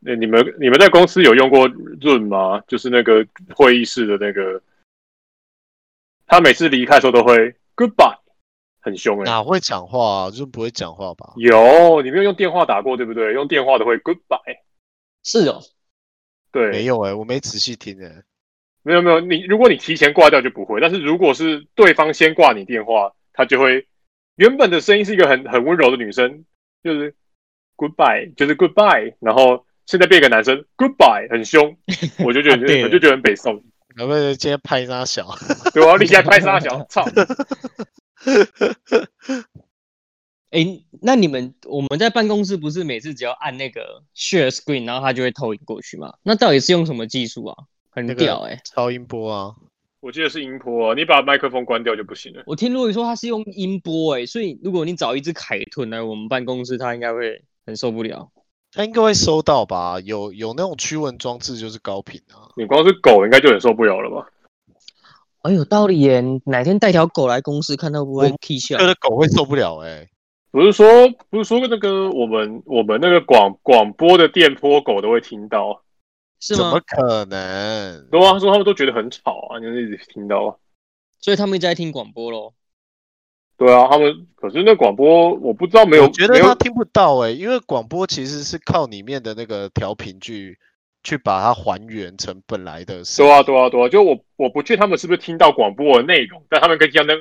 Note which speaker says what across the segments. Speaker 1: 那你们你们在公司有用过 Zoom 吗？就是那个会议室的那个，他每次离开的时候都会 Goodbye，很凶哎、
Speaker 2: 哪会讲话啊？就是不会讲话吧？
Speaker 1: 有，你没有用电话打过对不对？用电话的会 Goodbye，
Speaker 3: 是哦，
Speaker 1: 对，
Speaker 2: 没有哎、我没仔细听哎、
Speaker 1: 没有没有，你如果你提前挂掉就不会，但是如果是对方先挂你电话，他就会原本的声音是一个很很温柔的女生，就是 goodbye，就是 goodbye，然后现在变一个男生 goodbye，很凶，我就觉
Speaker 3: 啊对
Speaker 1: 得我就觉得很北宋，
Speaker 2: 要不然今天拍他小？
Speaker 1: 对我要立下拍沙小，操，
Speaker 3: 哎、那你们我们在办公室不是每次只要按那个 share screen，然后它就会投影过去吗？那到底是用什么技术啊？很
Speaker 2: 那个
Speaker 3: 屌哎、
Speaker 2: 超音波啊！
Speaker 1: 我记得是音波、啊你把麦克风关掉就不行了。
Speaker 3: 我听陆宇说他是用音波哎、所以如果你找一只凯豚来我们办公室，他应该会很受不了。
Speaker 2: 他应该会收到吧？有有那种驱蚊装置就是高频啊，
Speaker 1: 你光是狗应该就很受不了了吧？
Speaker 3: 哎，有道理耶！哪天带条狗来公司，看它会不会
Speaker 2: 我
Speaker 3: K 笑
Speaker 2: 有？的狗会受不了哎、
Speaker 1: 不是说不是说那个我们我们那个广广播的电波狗都会听到，啊
Speaker 3: 是
Speaker 2: 怎么
Speaker 3: 吗？
Speaker 2: 可能？
Speaker 1: 对啊，他说他们都觉得很吵啊，就是一直听到啊。
Speaker 3: 所以他们一直在听广播咯。对
Speaker 1: 对啊，他们可是那广播我不知道没有，
Speaker 2: 我觉得
Speaker 1: 没
Speaker 2: 他
Speaker 1: 有
Speaker 2: 听不到哎、因为广播其实是靠里面的那个调频去去把它还原成本来的
Speaker 1: 对
Speaker 2: 声音。
Speaker 1: 啊对啊对啊，就我我不确定他们是不是听到广播的内容，但他们跟听到那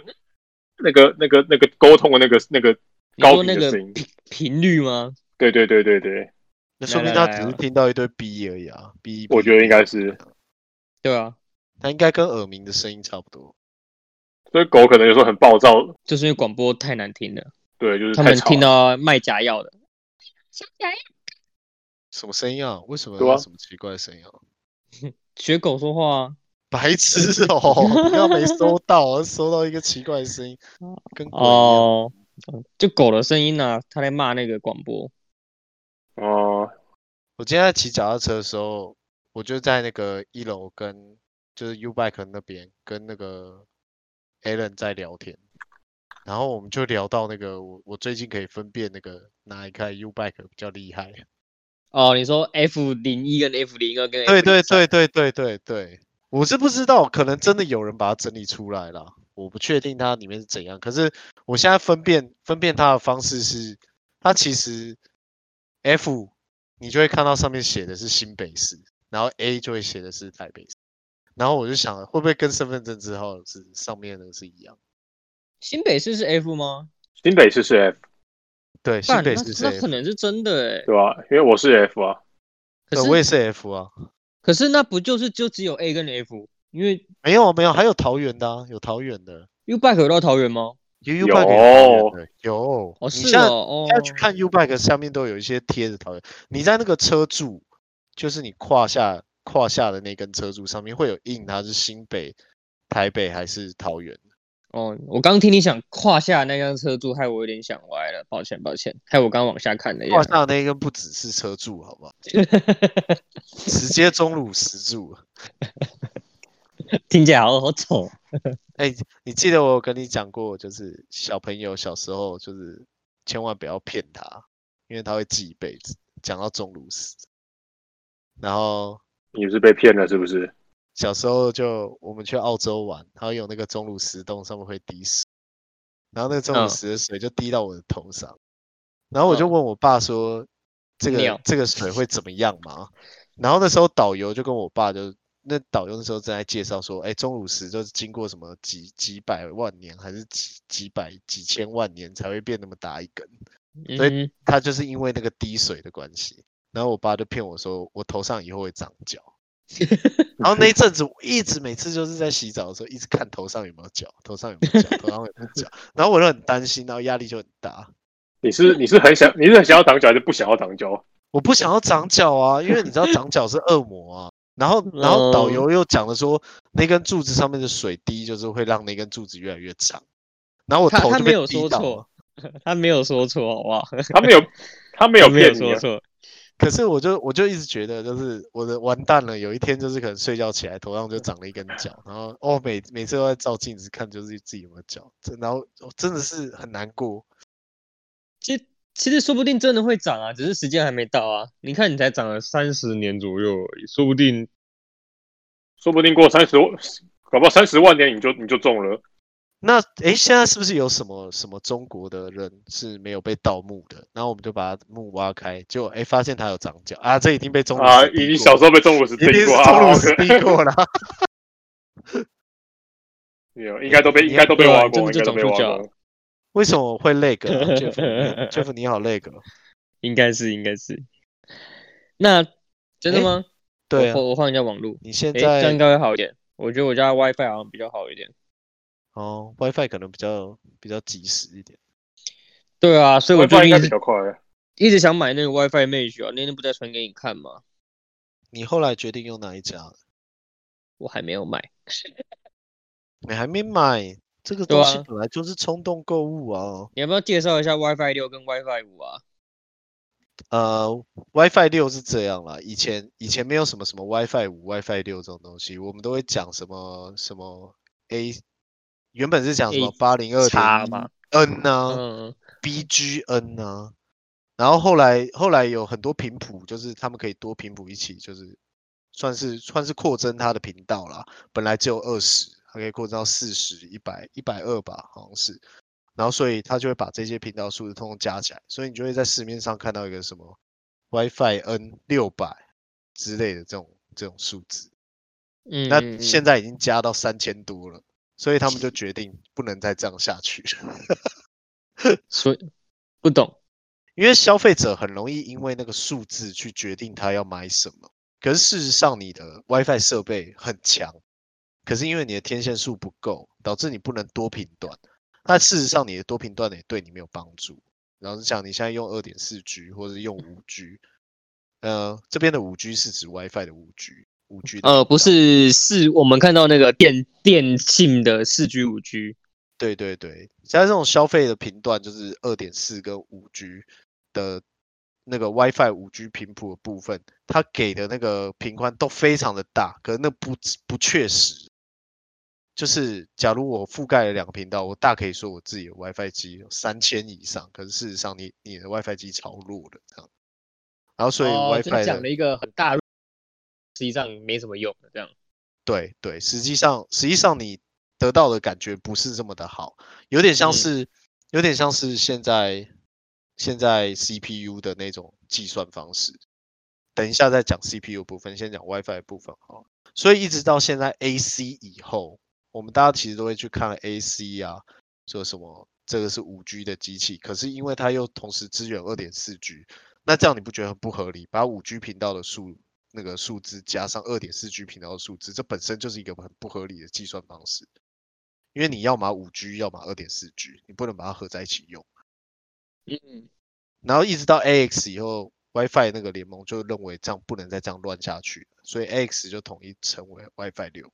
Speaker 1: 那个那个那个沟通的那个那个
Speaker 3: 你
Speaker 1: 高
Speaker 3: 说
Speaker 1: 频
Speaker 3: 那
Speaker 1: 的
Speaker 3: 个
Speaker 1: 声音，
Speaker 3: 频频率吗？
Speaker 1: 对对对对对，
Speaker 2: 那说
Speaker 3: 来
Speaker 2: 明他
Speaker 3: 来
Speaker 2: 只
Speaker 3: 来
Speaker 2: 是听到一堆 B 而已啊，B。
Speaker 1: 我觉得应该是，
Speaker 3: 对啊，
Speaker 2: 他应该跟耳鸣的声音差不多。
Speaker 1: 所以狗可能有时候很暴躁，
Speaker 3: 就是因为广播太难听了，
Speaker 1: 对，就是
Speaker 3: 他
Speaker 1: 太
Speaker 3: 们
Speaker 1: 吵
Speaker 3: 听
Speaker 1: 了。
Speaker 3: 到卖假药的。
Speaker 2: 什么声音啊？为什么
Speaker 1: 对啊
Speaker 2: 有什么奇怪的声音啊？
Speaker 3: 学狗说话啊，
Speaker 2: 白痴哦！不要没收到，收到一个奇怪的声音，跟鬼一样。
Speaker 3: 哦，就狗的声音啊，它在骂那个广播。
Speaker 1: 哦、
Speaker 2: 我今天在骑脚踏车的时候，我就在那个一楼跟就是 U Bike 那边跟那个 Alan 在聊天，然后我们就聊到那个我我最近可以分辨那个哪一台 U Bike 比较厉害。
Speaker 3: 哦，你说 F 零一跟 F 零二跟 F
Speaker 2: 对对对对对对对，我是不知道，可能真的有人把它整理出来了，我不确定它里面是怎样。可是我现在分辨分辨它的方式是，它其实 F 你就会看到上面写的是新北市，然后 A 就会写的是台北市。然后我就想了，会不会跟身份证字号是上面的是一样？
Speaker 3: 新北市是 F 吗？
Speaker 1: 新北市是 F
Speaker 2: 对，新
Speaker 3: 干
Speaker 2: 北
Speaker 3: 那
Speaker 2: 市是
Speaker 3: 那可
Speaker 2: F，
Speaker 3: 能是真的哎。
Speaker 1: 对吧、因为我是 F 啊，
Speaker 3: 可
Speaker 2: 对我也
Speaker 3: 是
Speaker 2: 是 F 啊，
Speaker 3: 可是那不就是就只有 A 跟 F？因为
Speaker 2: 没有啊没有，还有桃园的、啊，有桃园的，
Speaker 3: U Bike 有到桃园吗？
Speaker 2: 有 U Bike 有桃园的有，你
Speaker 3: 哦，是
Speaker 2: 现在
Speaker 3: 哦，哦
Speaker 2: 现在去看 U Bike 下面都有一些贴着桃园，你在那个车柱，就是你胯下胯下的那根车柱上面会有印，它是新北、台北还是桃园？
Speaker 3: 哦，我刚听你想胯下那辆车柱，害我有点想歪了，抱歉抱歉，害我刚往下看了一
Speaker 2: 胯
Speaker 3: 眼。
Speaker 2: 下那一根不只是车柱，好不好？直接中乳石柱。
Speaker 3: 听起来好好丑。
Speaker 2: 哎、你记得我有跟你讲过，就是小朋友小时候就是千万不要骗他，因为他会记一辈子。讲到中乳石，然后
Speaker 1: 你是被骗了是不是？
Speaker 2: 小时候就我们去澳洲玩，它有那个钟乳石洞上面会滴水，然后那个钟乳
Speaker 3: 嗯
Speaker 2: 石的水就滴到我的头上，然后我就
Speaker 3: 嗯
Speaker 2: 问我爸说，这个
Speaker 3: 尿
Speaker 2: 这个水会怎么样嘛？然后那时候导游就跟我爸就那导游那时候正在介绍说，哎，钟乳石就是经过什么几几百万年还是几几百几千万年才会变那么大一根，
Speaker 3: 嗯
Speaker 2: 所以
Speaker 3: 哼，
Speaker 2: 它就是因为那个滴水的关系，然后我爸就骗我说我头上以后会长 角，然后那一阵子我一直每次就是在洗澡的时候一直看头上有没有角，头上有没有角，头上有没有角，然后我就很担心，然后压力就很大。
Speaker 1: 你是你是很想你是很想要长脚还是不想要长脚？
Speaker 2: 我不想要长角啊，因为你知道长角是恶魔啊。然后，然后导
Speaker 3: 嗯
Speaker 2: 游又讲了说，那根柱子上面的水滴就是会让那根柱子越来越长。然后我
Speaker 3: 他
Speaker 2: 头
Speaker 3: 他
Speaker 2: 就
Speaker 3: 没
Speaker 2: 被
Speaker 3: 有
Speaker 2: 滴
Speaker 3: 说
Speaker 2: 到
Speaker 3: 错
Speaker 2: 了，
Speaker 3: 他没有说错，好不好？
Speaker 1: 他 没有他没有
Speaker 3: 他没有
Speaker 1: 骗你、
Speaker 3: 说
Speaker 1: 啊，
Speaker 3: 错。
Speaker 2: 可是我就我就一直觉得，就是我的完蛋了。有一天就是可能睡觉起来头上就长了一根角，然后哦每每次都在照镜子看，就是自己有没有角，这然后、哦真的是很难过。
Speaker 3: 其实其实说不定真的会涨啊，只是时间还没到啊。你看，你才涨了三十年左右而已，说不定
Speaker 1: 说不定过三十，搞不好三十万年你就你就中了。
Speaker 2: 那诶，现在是不是有什么什么中国的人是没有被盗墓的？然后我们就把墓挖开，结果诶发现他有长角啊，这已经被中
Speaker 1: 啊！
Speaker 2: 已
Speaker 1: 你小时候被中午时
Speaker 2: 一定
Speaker 1: 盯
Speaker 2: 是
Speaker 1: 过
Speaker 2: 中
Speaker 1: 啊
Speaker 2: 鲁斯逼过了。
Speaker 1: 有应该都被
Speaker 2: 你
Speaker 1: 应该都被
Speaker 3: 对啊
Speaker 1: 挖
Speaker 3: 你真
Speaker 1: 过，
Speaker 3: 的
Speaker 1: 应该
Speaker 3: 就
Speaker 1: 都被
Speaker 3: 长
Speaker 1: 挖
Speaker 3: 出脚
Speaker 1: 过。
Speaker 2: 为什么我会累个、啊、？Jeff 你 Jeff 你好累个，
Speaker 3: 应该是应该是。那真的
Speaker 2: 诶
Speaker 3: 吗？
Speaker 2: 对
Speaker 3: 我
Speaker 2: 啊
Speaker 3: 换，我换一下网络，
Speaker 2: 你现
Speaker 3: 哦诶，这样应
Speaker 2: 在
Speaker 3: 该会好一点。我觉得我家 WiFi 好像比较好一点。
Speaker 2: 哦 WiFi 可能比较比较及时一点。
Speaker 3: 对啊，所以我
Speaker 1: 我
Speaker 3: 最
Speaker 1: 发应
Speaker 3: 近
Speaker 1: 该
Speaker 3: 一
Speaker 1: 比
Speaker 3: 直
Speaker 1: 较快。啊
Speaker 3: 一直想买那个 WiFi Mesh 啊，那天不在传给你看吗？
Speaker 2: 你后来决定用哪一家？
Speaker 3: 我还没有买。
Speaker 2: 你还没买，这个
Speaker 3: 对
Speaker 2: 东西
Speaker 3: 啊
Speaker 2: 本来就是冲动购物啊。
Speaker 3: 你要不要介绍一下 WiFi 六跟 WiFi 五啊？
Speaker 2: 呃，WiFi 六是这样啦，以前以前没有什么什么 WiFi 五、WiFi 六这种东西，我们都会讲什么什么 A，原本是讲什么
Speaker 3: A
Speaker 2: 八零二
Speaker 3: 叉嘛
Speaker 2: 点 N 啊呐、
Speaker 3: 嗯，
Speaker 2: BGN 呢、啊然后后来后来有很多频谱，就是他们可以多频谱一起，就是算是算是扩增它的频道啦。本来只有二十，它可以扩增到四十、一百、一百二吧，好像是。然后所以它就会把这些频道数字通通加起来，所以你就会在市面上看到一个什么 WiFi N 六百之类的这种这种数字。
Speaker 3: 嗯
Speaker 2: 那现
Speaker 3: 在
Speaker 2: 在已经加到三千多了，所以他们就决定不能再这样下去了。
Speaker 3: 所以不懂，
Speaker 2: 因为消费者很容易因为那个数字去决定他要买什么。可是事实上，你的 WiFi 设备很强，可是因为你的天线数不够，导致你不能多频段。那事实上，你的多频段也对你没有帮助。然后像你现在用二点四 G 或者是用五 G，呃，这边的五 G 是指 WiFi 的五 G，五 G 的
Speaker 3: 呃，
Speaker 2: 频
Speaker 3: 不
Speaker 2: 道，
Speaker 3: 是，是我们看到那个电电信的四 G、五 G，
Speaker 2: 对对对，像这种消费的频段就是二点四跟五 G 的那个 WiFi 五 G 频谱的部分，它给的那个频宽都非常的大，可是那不不确实。就是假如我覆盖了两个频道，我大可以说我自己的 WiFi 机有三千以上，可是事实上你你的 WiFi 机超弱的这样。然后所以
Speaker 3: 哦就
Speaker 2: WiFi 的、
Speaker 3: 讲了一个很大，实际上没什么用的这样。
Speaker 2: 对对，实际上实际上你得到的感觉不是这么的好，有点像
Speaker 3: 嗯
Speaker 2: 是、有点像是现在现在 CPU 的那种计算方式。等一下再讲 CPU 部分，先讲 WiFi 的部分好了。所以一直到现在 AC 以后，我们大家其实都会去看 AC 啊，说什么这个是五 G 的机器，可是因为它又同时支援二点四 G，那这样你不觉得很不合理？把五 G 频道的数那个数字加上二点四 G 频道的数字，这本身就是一个很不合理的计算方式，因为你要么五 G，要么二点四 G，你不能把它合在一起用。
Speaker 3: 嗯，
Speaker 2: 然后一直到 AX 以后，WiFi 那个联盟就认为这样不能再这样乱下去，所以 AX 就统一成为 WiFi 六，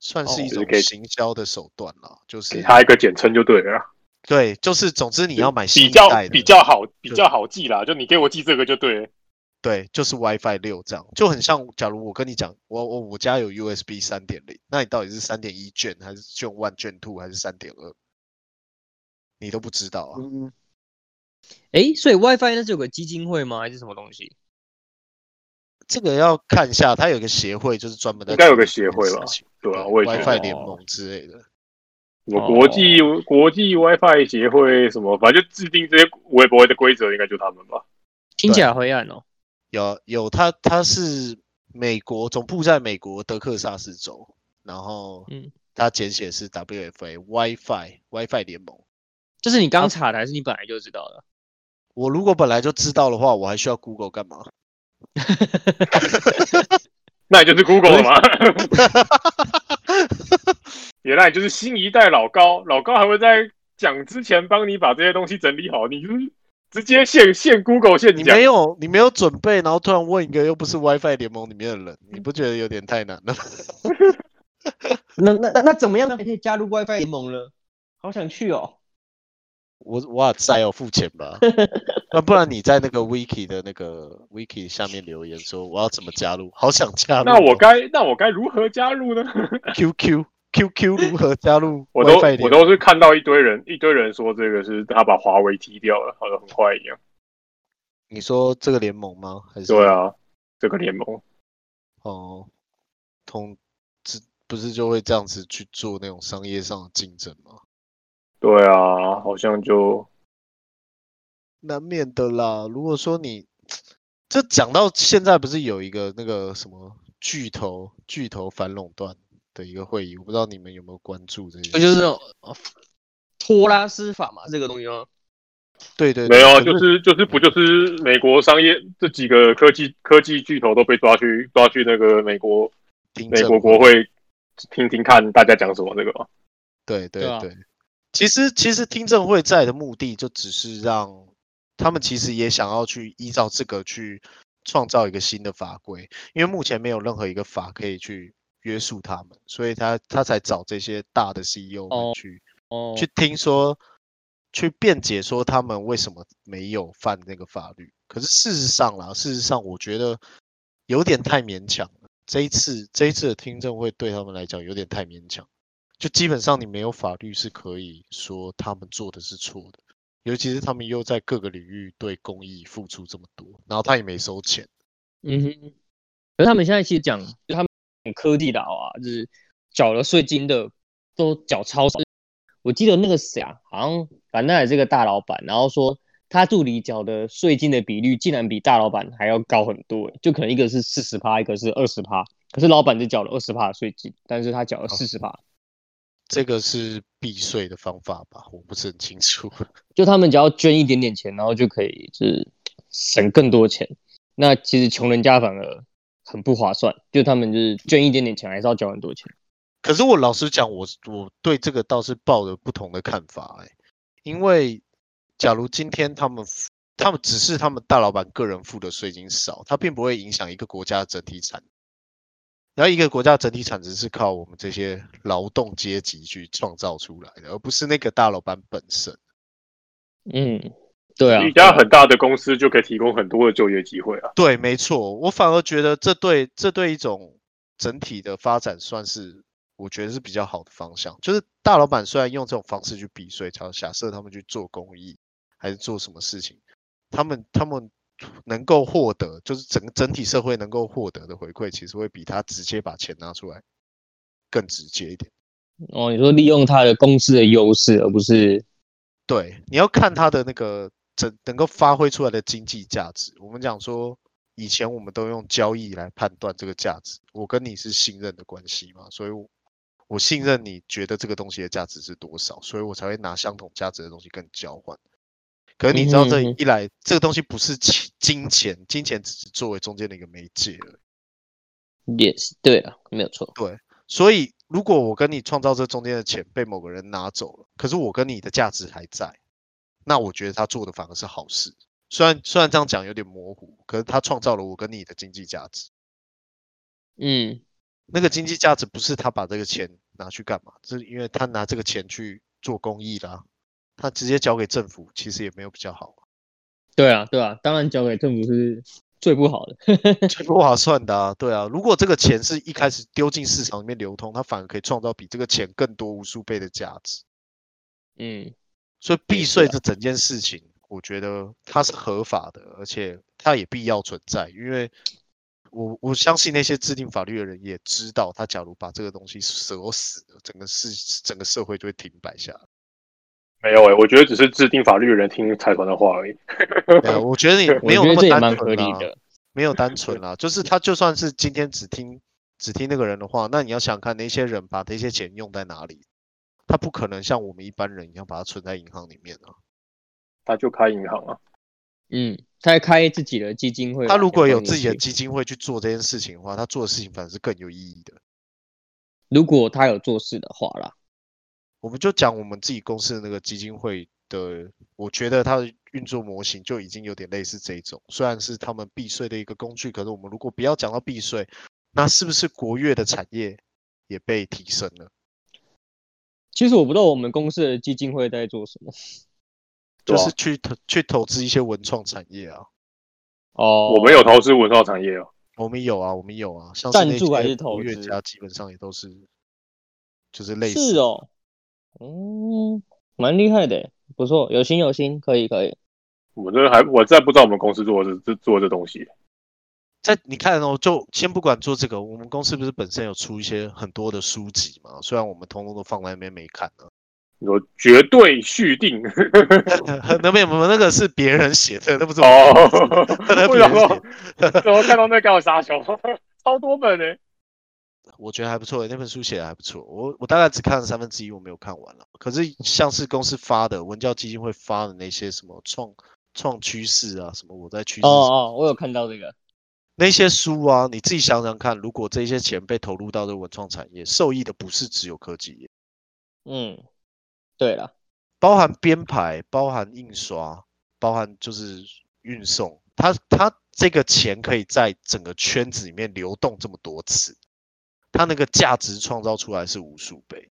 Speaker 2: 算是
Speaker 3: 哦
Speaker 2: 一
Speaker 1: 就是
Speaker 2: 种
Speaker 1: 可以
Speaker 2: 行销的手段啦，就是
Speaker 1: 给他一个简称就对了啦。
Speaker 2: 对，就是总之你要买新
Speaker 1: 比
Speaker 2: 一
Speaker 1: 较
Speaker 2: 代的，
Speaker 1: 比较好，比较好记啦。就你给我记这个就对了。
Speaker 2: 对，就是 WiFi 六这样，就很像。假如我跟你讲，我我我家有 USB 三点零，那你到底是三点一卷还是卷 one 卷 two 还是三点二，你都不知道啊。
Speaker 3: 嗯，诶，所以 WiFi 那是有个基金会吗？还是什么东西？
Speaker 2: 这个要看一下，它有个协会，就是专门在
Speaker 1: 应该有
Speaker 2: 处
Speaker 1: 个
Speaker 2: 理这件
Speaker 1: 协会
Speaker 2: 事
Speaker 1: 吧
Speaker 2: 情
Speaker 1: 对啊我也觉得
Speaker 2: WiFi 联
Speaker 3: 哦
Speaker 2: 盟之类的。
Speaker 1: 我国际、国际 WiFi 协会什么，反正就制定这些微博的规则，应该就他们吧。
Speaker 3: 听起来灰暗哦。
Speaker 2: 有有，它它是美国总部在美国德克萨斯州，然后
Speaker 3: 嗯
Speaker 2: 它简写是 WFA WiFi WiFi 联盟。
Speaker 3: 这是你
Speaker 2: 啊
Speaker 3: 刚查的，还是你本来就知道的？
Speaker 2: 我如果本来就知道的话，我还需要 Google 干嘛？
Speaker 1: 那也就是 Google 了嘛。 原来你就是新一代老高，老高还会在讲之前帮你把这些东西整理好，你就是直接现现 Google 现
Speaker 2: 你
Speaker 1: 讲
Speaker 2: 没。有你没有准备，然后突然问一个又不是 WiFi 联盟里面的人，你不觉得有点太难了？
Speaker 3: 那那那那怎么样才可以加入 WiFi 联盟呢？好想去哦。
Speaker 2: 我哇塞哦，付钱 吧，那不然你在那个 Wiki 的那个 Wiki 下面留言说我要怎么加入，好想加入哦。
Speaker 1: 那我该那我该如何加入呢？
Speaker 2: QQ QQ 如何加入
Speaker 1: 我都
Speaker 2: WiFi
Speaker 1: 我
Speaker 2: 连
Speaker 1: 都是看到一堆人一堆人说这个是他把华为踢掉了，好像很坏一样。
Speaker 2: 你说这个联盟吗？还是
Speaker 1: 对啊，这个联盟
Speaker 2: 哦，同这不是就会这样子去做那种商业上的竞争吗？
Speaker 1: 对啊，好像就
Speaker 2: 难免的啦。如果说你这讲到现在，不是有一个那个什么巨头巨头反垄断的一个会议，我不知道你们有没有关注这
Speaker 3: 就
Speaker 2: 个？
Speaker 3: 是那种呃托拉斯法嘛，这个东西吗？
Speaker 2: 对对
Speaker 1: 没
Speaker 2: 对
Speaker 1: 有啊，
Speaker 2: 可
Speaker 1: 就是就是不就是美国商业这几个科技科技巨头都被抓去抓去那个美国
Speaker 2: 听
Speaker 1: 美
Speaker 2: 证
Speaker 1: 国国
Speaker 2: 嘛
Speaker 1: 会听听看大家讲什么这个吗？
Speaker 2: 对对
Speaker 3: 对啊
Speaker 2: 其实其实听证会在的目的就只是让他们其实也想要去依照这个去创造一个新的法规，因为目前没有任何一个法可以去约束他们，所以他他才找这些大的 CEO 们
Speaker 3: 哦
Speaker 2: 去、
Speaker 3: 哦，
Speaker 2: 去听说，去辩解说他们为什么没有犯那个法律。可是事实上啦，事实上我觉得有点太勉强了。这一次这一次的听证会对他们来讲有点太勉强，就基本上你没有法律是可以说他们做的是错的，尤其是他们又在各个领域对公益付出这么多，然后他也没收钱。
Speaker 3: 嗯哼，可是他们现在其实讲，就他们很科技岛啊，就是缴了税金的都缴超少。我记得那个谁啊，好像反正也是个大老板，然后说他助理缴的税金的比率竟然比大老板还要高很多，欸就可能一个是四十趴，一个是二十趴，可是老板只缴了二十趴的税金，但是他缴了四十趴，
Speaker 2: 这个是避税的方法吧？我不是很清楚。
Speaker 3: 就他们只要捐一点点钱，然后就可以就是省更多钱。那其实穷人家反而很不划算，就他们就是捐一点点钱，还是要交很多钱。
Speaker 2: 可是我老实讲，我是我对这个倒是抱着不同的看法、欸，因为假如今天他们付他们只是他们大老板个人付的税金少，它并不会影响一个国家的整体产。然后一个国家的整体产值是靠我们这些劳动阶级去创造出来的，而不是那个大老板本身。
Speaker 3: 嗯，对啊，
Speaker 1: 一家很大的公司就可以提供很多的就业机会啊。
Speaker 2: 对，没错，我反而觉得这对这对一种整体的发展算是我觉得是比较好的方向。就是大老板虽然用这种方式去避税，假假设他们去做公益还是做什么事情，他们他们能够获得，就是整个整体社会能够获得的回馈，其实会比他直接把钱拿出来更直接一点。
Speaker 3: 哦，你说利用他的公司的优势，而不是
Speaker 2: 对，你要看它的那个整能够发挥出来的经济价值。我们讲说，以前我们都用交易来判断这个价值。我跟你是信任的关系嘛，所以我我信任你觉得这个东西的价值是多少，所以我才会拿相同价值的东西跟你交换。可是你知道，这
Speaker 3: 嗯哼嗯
Speaker 2: 一来，这个东西不是钱金钱，金钱只是作为中间的一个媒介而已。
Speaker 3: 也是对啊，没有错。
Speaker 2: 所以，如果我跟你创造这中间的钱被某个人拿走了，可是我跟你的价值还在，那我觉得他做的反而是好事。虽然虽然这样讲有点模糊，可是他创造了我跟你的经济价值。
Speaker 3: 嗯，
Speaker 2: 那个经济价值不是他把这个钱拿去干嘛，是因为他拿这个钱去做公益啦。他直接交给政府，其实也没有比较好，
Speaker 3: 对啊，对啊，当然交给政府是最不好的。
Speaker 2: 这不划算的啊。对啊，如果这个钱是一开始丢进市场里面流通，它反而可以创造比这个钱更多无数倍的价值。
Speaker 3: 嗯，
Speaker 2: 所以避
Speaker 3: 是
Speaker 2: 税
Speaker 3: 啊
Speaker 2: 这整件事情，我觉得它是合法的，而且它也必要存在，因为我我相信那些制定法律的人也知道，他假如把这个东西锁死了，整个市整个社会就会停摆下来。
Speaker 1: 没有诶、欸我觉得只是制定法律的人听财团的话而已。
Speaker 2: 对 啊，我觉得也
Speaker 3: 我
Speaker 2: 没有
Speaker 3: 觉
Speaker 2: 那
Speaker 3: 得
Speaker 2: 么
Speaker 3: 这也
Speaker 2: 单
Speaker 3: 蛮
Speaker 2: 纯啊
Speaker 3: 合理
Speaker 2: 啦
Speaker 3: 的。
Speaker 2: 没有单纯啦，就是他就算是今天只听只听那个人的话，那你要想看那些人把那些钱用在哪里，他不可能像我们一般人一样把它存在银行里面啊。
Speaker 1: 他就开银行啊，
Speaker 3: 嗯，他还开自己的基金会嘛，
Speaker 2: 他如果
Speaker 3: 也
Speaker 2: 有
Speaker 3: 放进
Speaker 2: 自己的
Speaker 3: 去，
Speaker 2: 基金会去做这件事情的话，他做的事情反而是更有意义的。
Speaker 3: 如果他有做事的话啦，
Speaker 2: 我们就讲我们自己公司的那个基金会的，我觉得它的运作模型就已经有点类似这一种，虽然是他们避税的一个工具，可是我们如果不要讲到避税，那是不是国乐的产业也被提升了？
Speaker 3: 其实我不知道我们公司的基金会在做什么。
Speaker 2: 就
Speaker 1: 对啊
Speaker 2: 是去投去投资一些文创产业啊，
Speaker 3: 哦，
Speaker 1: 我们有投资文创产业哦。
Speaker 2: 我们有啊，我们有啊，像是
Speaker 3: 赞
Speaker 2: 那
Speaker 3: 助还
Speaker 2: 些
Speaker 3: 是投
Speaker 2: 国乐
Speaker 3: 资
Speaker 2: 家基本上也都是，就是类似。
Speaker 3: 是哦，嗯，蛮厉害的欸，不错，有心有心，可以可以。
Speaker 1: 我这还我再不知道我们公司做这这做这东西，
Speaker 2: 在你看哦，就先不管做这个，我们公司不是本身有出一些很多的书籍嘛？虽然我们通通都放在那边没看啊呢，
Speaker 1: 你说绝对续订
Speaker 2: 那边我们那个是别人写的，那不是我们
Speaker 1: 哦
Speaker 2: 公司， 那
Speaker 1: 我
Speaker 2: 别人
Speaker 1: 想
Speaker 2: 写
Speaker 1: 说，
Speaker 2: 的
Speaker 1: 怎么看到那个我傻笑， 超多本呢、欸
Speaker 2: 我觉得还不错，欸那本书写的还不错。我我大概只看了三分之一，我没有看完了。可是像是公司发的文教基金会发的那些什么创创趋势啊，什么我在趋势
Speaker 3: 哦哦，我有看到这个，
Speaker 2: 那些书啊，你自己想想看，如果这些钱被投入到这个文创产业，受益的不是只有科技业，
Speaker 3: 嗯，对了，
Speaker 2: 包含编排，包含印刷，包含就是运送，它它这个钱可以在整个圈子里面流动这么多次，它那个价值创造出来是无数倍。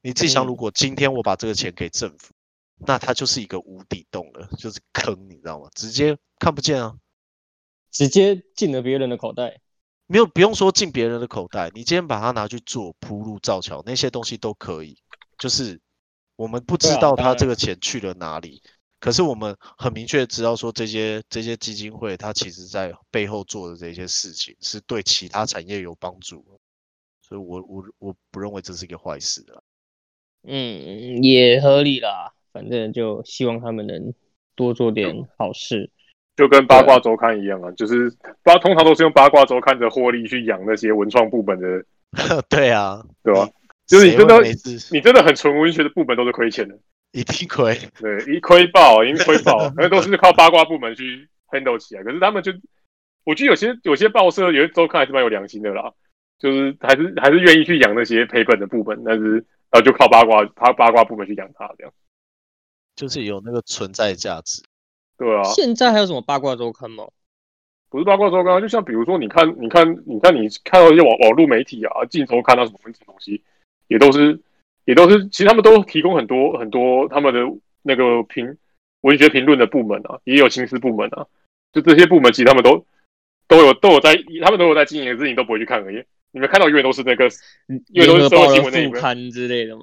Speaker 2: 你自己想，
Speaker 3: 嗯
Speaker 2: 如果今天我把这个钱给政府，那它就是一个无底洞了，就是坑，你知道吗？直接看不见啊，
Speaker 3: 直接进了别人的口袋，
Speaker 2: 没有不用说进别人的口袋，你今天把它拿去做铺路造桥，那些东西都可以。就是我们不知
Speaker 3: 对啊
Speaker 2: 道
Speaker 3: 当
Speaker 2: 他这
Speaker 3: 然
Speaker 2: 个钱去了哪里，可是我们很明确地知道说这些这些基金会它其实在背后做的这些事情是对其他产业有帮助的，所以我我我不认为这是一个坏事啊。
Speaker 3: 嗯，也合理啦。反正就希望他们能多做点好事。
Speaker 1: 就跟八卦周刊一样啊，就是八通常都是用八卦周刊的获利去养那些文创部本的，
Speaker 2: 对啊，
Speaker 1: 对吧？就是你
Speaker 2: 谁
Speaker 1: 真的
Speaker 2: 会没事
Speaker 1: 你真的很纯文学的部本都是亏钱的，
Speaker 2: 一定亏，
Speaker 1: 对，一亏爆，一定亏爆，那都是靠八卦部门去 handle 起来。可是他们就，我觉得有些有些报社、有些周刊还是蛮有良心的啦，就是还是还是愿意去养那些赔本的部门，但是然后就靠八卦八八卦部门去养它，这样
Speaker 2: 就是有那个存在价值。
Speaker 1: 对啊。
Speaker 3: 现在还有什么八卦周刊吗？
Speaker 1: 不是八卦周刊，就像比如说，你看，你看，你看，你看到一些网网络媒体啊，镜头看到什么东西，也都是，也都是，其实他们都提供很多很多他们的那个评文学评论的部门啊，也有新思部门啊，就这些部门其实他们都都有都有在，他们都有在经营，只是你都不会去看而已。你们看到永远都是那个，因为
Speaker 3: 联
Speaker 1: 都是
Speaker 3: 合
Speaker 1: 社会
Speaker 3: 报的
Speaker 1: 新嗯闻那一
Speaker 3: 副
Speaker 1: 边
Speaker 3: 刊之类的吗？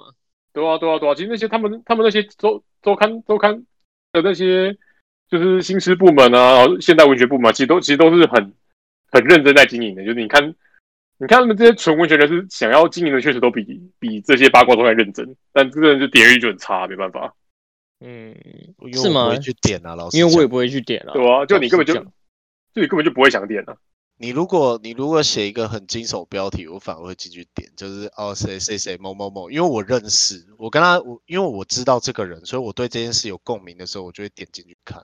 Speaker 1: 对啊，对啊，对啊。其实那些他们他们那些周周刊周刊的那些就是新诗部门啊，然后现代文学部门啊，其实都其实都是很很认真在经营的。就是你看，你看他们这些纯文学人是想要经营的，确实都比比这些八卦周刊认真，但这个人就点阅率就很差，没办法，
Speaker 3: 嗯，
Speaker 2: 因为
Speaker 3: 是
Speaker 2: 我不
Speaker 3: 吗
Speaker 2: 会去点啊，
Speaker 1: 哦
Speaker 2: 老师。
Speaker 3: 因为我也不会去点了。
Speaker 1: 对啊，就你根本就
Speaker 3: 老实讲
Speaker 1: 就你根本就不会想点啊。
Speaker 2: 你如果你如果写一个很惊悚标题，我反而会进去点，就是哦谁谁谁某某某，因为我认识，我跟他，我因为我知道这个人，所以我对这件事有共鸣的时候，我就会点进去看。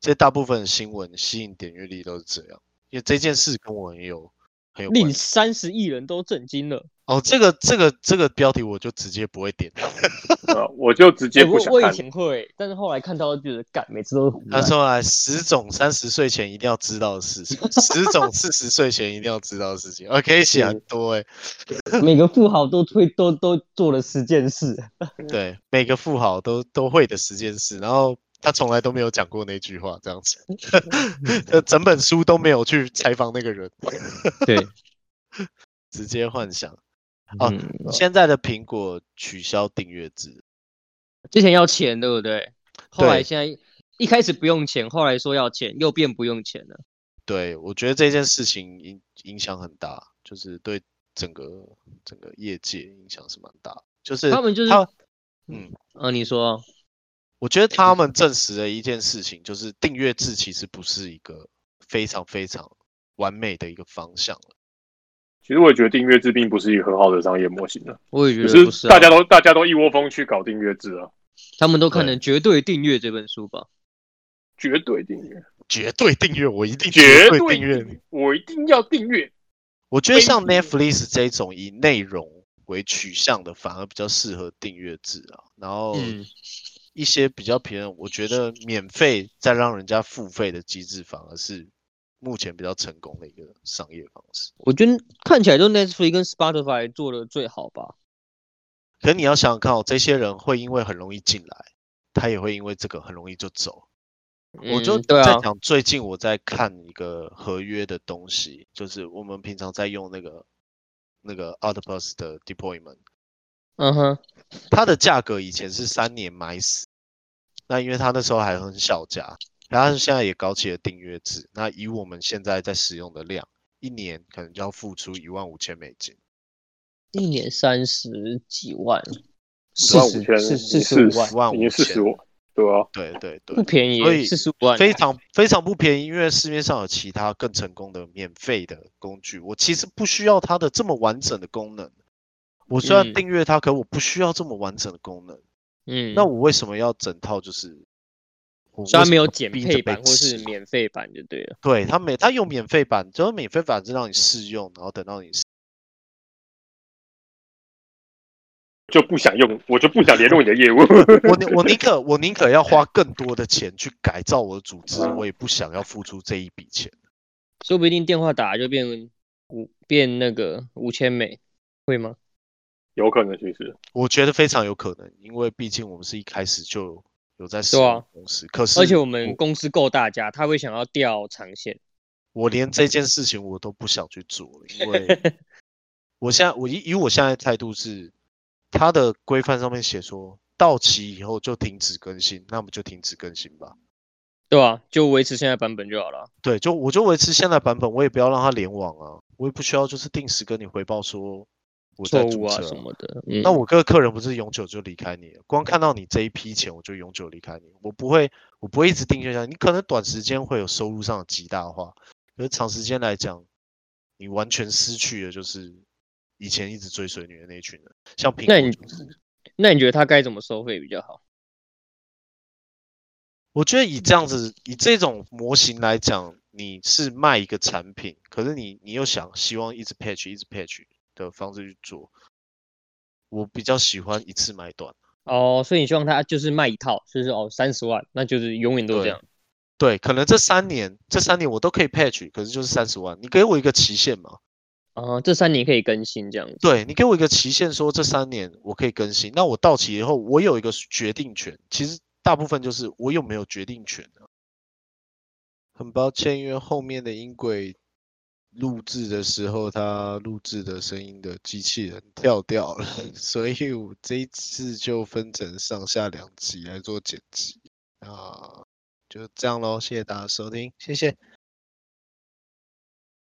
Speaker 2: 其实大部分的新闻吸引点阅率都是这样，因为这件事跟我很有很有关
Speaker 3: 令
Speaker 2: 系。
Speaker 3: 三十亿人都震惊了。
Speaker 2: 哦，这个这个这个标题我就直接不会点。
Speaker 1: 啊，我就直接
Speaker 3: 欸
Speaker 1: 不
Speaker 3: 我
Speaker 1: 想
Speaker 3: 我
Speaker 1: 看
Speaker 3: 以。前会，但是后来看到就觉得，干，每次都是胡
Speaker 2: 他
Speaker 3: 乱。
Speaker 2: 说来十种三十岁前一定要知道的事情，十种四十岁前一定要知道的事情，哦，可以写很多哎、
Speaker 3: 每个富豪都推都都做了十 件事。
Speaker 2: 对，每个富豪都都会的十件事，然后他从来都没有讲过那句话，这样子， 呃，整本书都没有去采访那个人，
Speaker 3: 对，
Speaker 2: 直接幻想。啊
Speaker 3: 嗯，
Speaker 2: 现在的苹果取消订阅制，
Speaker 3: 之前要钱，对不对？后
Speaker 2: 对
Speaker 3: 来现在一开始不用钱，后来说要钱，又变不用钱了。
Speaker 2: 对我觉得这件事情影影响很大，就是对整个整个业界影响是蛮大的，就是
Speaker 3: 他们就是，
Speaker 2: 他嗯
Speaker 3: 嗯，啊，你说，
Speaker 2: 我觉得他们证实了一件事情，就是订阅制其实不是一个非常非常完美的一个方向了。
Speaker 1: 其实我也觉得订阅制并不是一个很好的商业模型啊，
Speaker 3: 我也觉
Speaker 1: 就
Speaker 3: 得不是、
Speaker 1: 是
Speaker 3: 啊，
Speaker 1: 大家都大家都一窝蜂去搞订阅制啊，
Speaker 3: 他们都看
Speaker 2: 对
Speaker 3: 了《绝对订阅》这本书吧？
Speaker 1: 绝对订阅，
Speaker 2: 绝对订阅，我一定
Speaker 1: 绝
Speaker 2: 对
Speaker 1: 对
Speaker 2: 订阅。，
Speaker 1: 我一定要订阅。
Speaker 2: 我觉得像
Speaker 1: 非
Speaker 2: Netflix 这种以内容为取向的，反而比较适合订阅制啊。然后
Speaker 3: 嗯
Speaker 2: 一些比较便宜，我觉得免费再让人家付费的机制，反而是目前比较成功的一个商业方式。
Speaker 3: 我觉得看起来就 Netflix 跟 Spotify 做的最好吧。
Speaker 2: 可你要想想看哦，这些人会因为很容易进来，他也会因为这个很容易就走。我就
Speaker 3: 嗯对
Speaker 2: 在
Speaker 3: 啊，
Speaker 2: 讲，最近我在看一个合约的东西，就是我们平常在用那个那个 Outbus 的 deployment，
Speaker 3: 嗯哼，
Speaker 2: 它的价格以前是三年买死，那因为它那时候还很小价，然后它现在也搞起了订阅制。那以我们现在在使用的量，一年可能就要付出一万五千美金，
Speaker 3: 一年三十几万，四
Speaker 1: 万五
Speaker 3: 十
Speaker 1: 千
Speaker 3: 四四十
Speaker 1: 四
Speaker 3: 五万
Speaker 2: 十，万
Speaker 1: 已
Speaker 2: 五
Speaker 1: 经四十
Speaker 2: 千。
Speaker 1: 五，对啊，
Speaker 2: 对对
Speaker 3: 不
Speaker 2: 对，
Speaker 3: 便
Speaker 2: 所
Speaker 3: 宜，
Speaker 2: 以
Speaker 3: 四十五万，
Speaker 2: 非常非常不便宜，因为市面上有其他更成功的免费的工具，我其实不需要它的这么完整的功能。我虽然
Speaker 3: 嗯
Speaker 2: 订阅它，可我不需要这么完整的功能。
Speaker 3: 嗯，
Speaker 2: 那我为什么要整套？就是我
Speaker 3: 虽
Speaker 2: 为
Speaker 3: 然
Speaker 2: 什
Speaker 3: 没有
Speaker 2: 么
Speaker 3: 减
Speaker 2: 逼
Speaker 3: 配
Speaker 2: 着被
Speaker 3: 版或是
Speaker 2: 吃
Speaker 3: 免费版就对了，
Speaker 2: 对它免它有免费版，就是免费版是让你试用，然后等到你试
Speaker 1: 就不想用，我就不想联络你的业务。
Speaker 2: 我宁我宁可我宁可要花更多的钱去改造我的组织，我也不想要付出这一笔钱。
Speaker 3: 说不定电话打就变五变那个五千美，会吗？
Speaker 1: 有可能其实
Speaker 2: 我觉得非常有可能，因为毕竟我们是一开始就有在使
Speaker 3: 对啊
Speaker 2: 用公司，可是
Speaker 3: 而且我们公司够大家，他会想要调长线，
Speaker 2: 我连这件事情我都不想去做了，因为我现在我以以我现在的态度是，它的规范上面写说到期以后就停止更新，那我们就停止更新吧。
Speaker 3: 对吧、就维持现在版本就好了。
Speaker 2: 对，就我就维持现在版本，我也不要让它联网啊，我也不需要就是定时跟你回报说我
Speaker 3: 错
Speaker 2: 在
Speaker 3: 误
Speaker 2: 注
Speaker 3: 啊
Speaker 2: 册
Speaker 3: 什么的，嗯，
Speaker 2: 那我个客人不是永久就离开你了，光看到你这一批钱我就永久离开你，我不会，我不会一直订阅下去。你可能短时间会有收入上的极大化，可是长时间来讲，你完全失去的就是以前一直追随你的那一群人。像苹
Speaker 3: 那
Speaker 2: 果
Speaker 3: 你
Speaker 2: 就是，
Speaker 3: 那你觉得他该怎么收费比较好？
Speaker 2: 我觉得以这样子，以这种模型来讲，你是卖一个产品，可是你你又想希望一直 patch 一直 patch 的方式去做，我比较喜欢一次买断。
Speaker 3: 哦，所以你希望他就是卖一套，就是哦三十万，那就是永远都这
Speaker 2: 对
Speaker 3: 样。
Speaker 2: 对，可能这三年，这三年我都可以 patch，可是就是三十万，你给我一个期限嘛？
Speaker 3: 哦，这三年可以更新这样子。
Speaker 2: 对，你给我一个期限，说这三年我可以更新，那我到期以后，我有一个决定权。其实大部分就是我有没有决定权啊很抱歉，因为后面的音轨录制的时候，它录制的声音的机器人跳掉了， 所以我这一次就分成上下两集来做剪辑啊，就这样喽，谢谢大家收听，谢谢。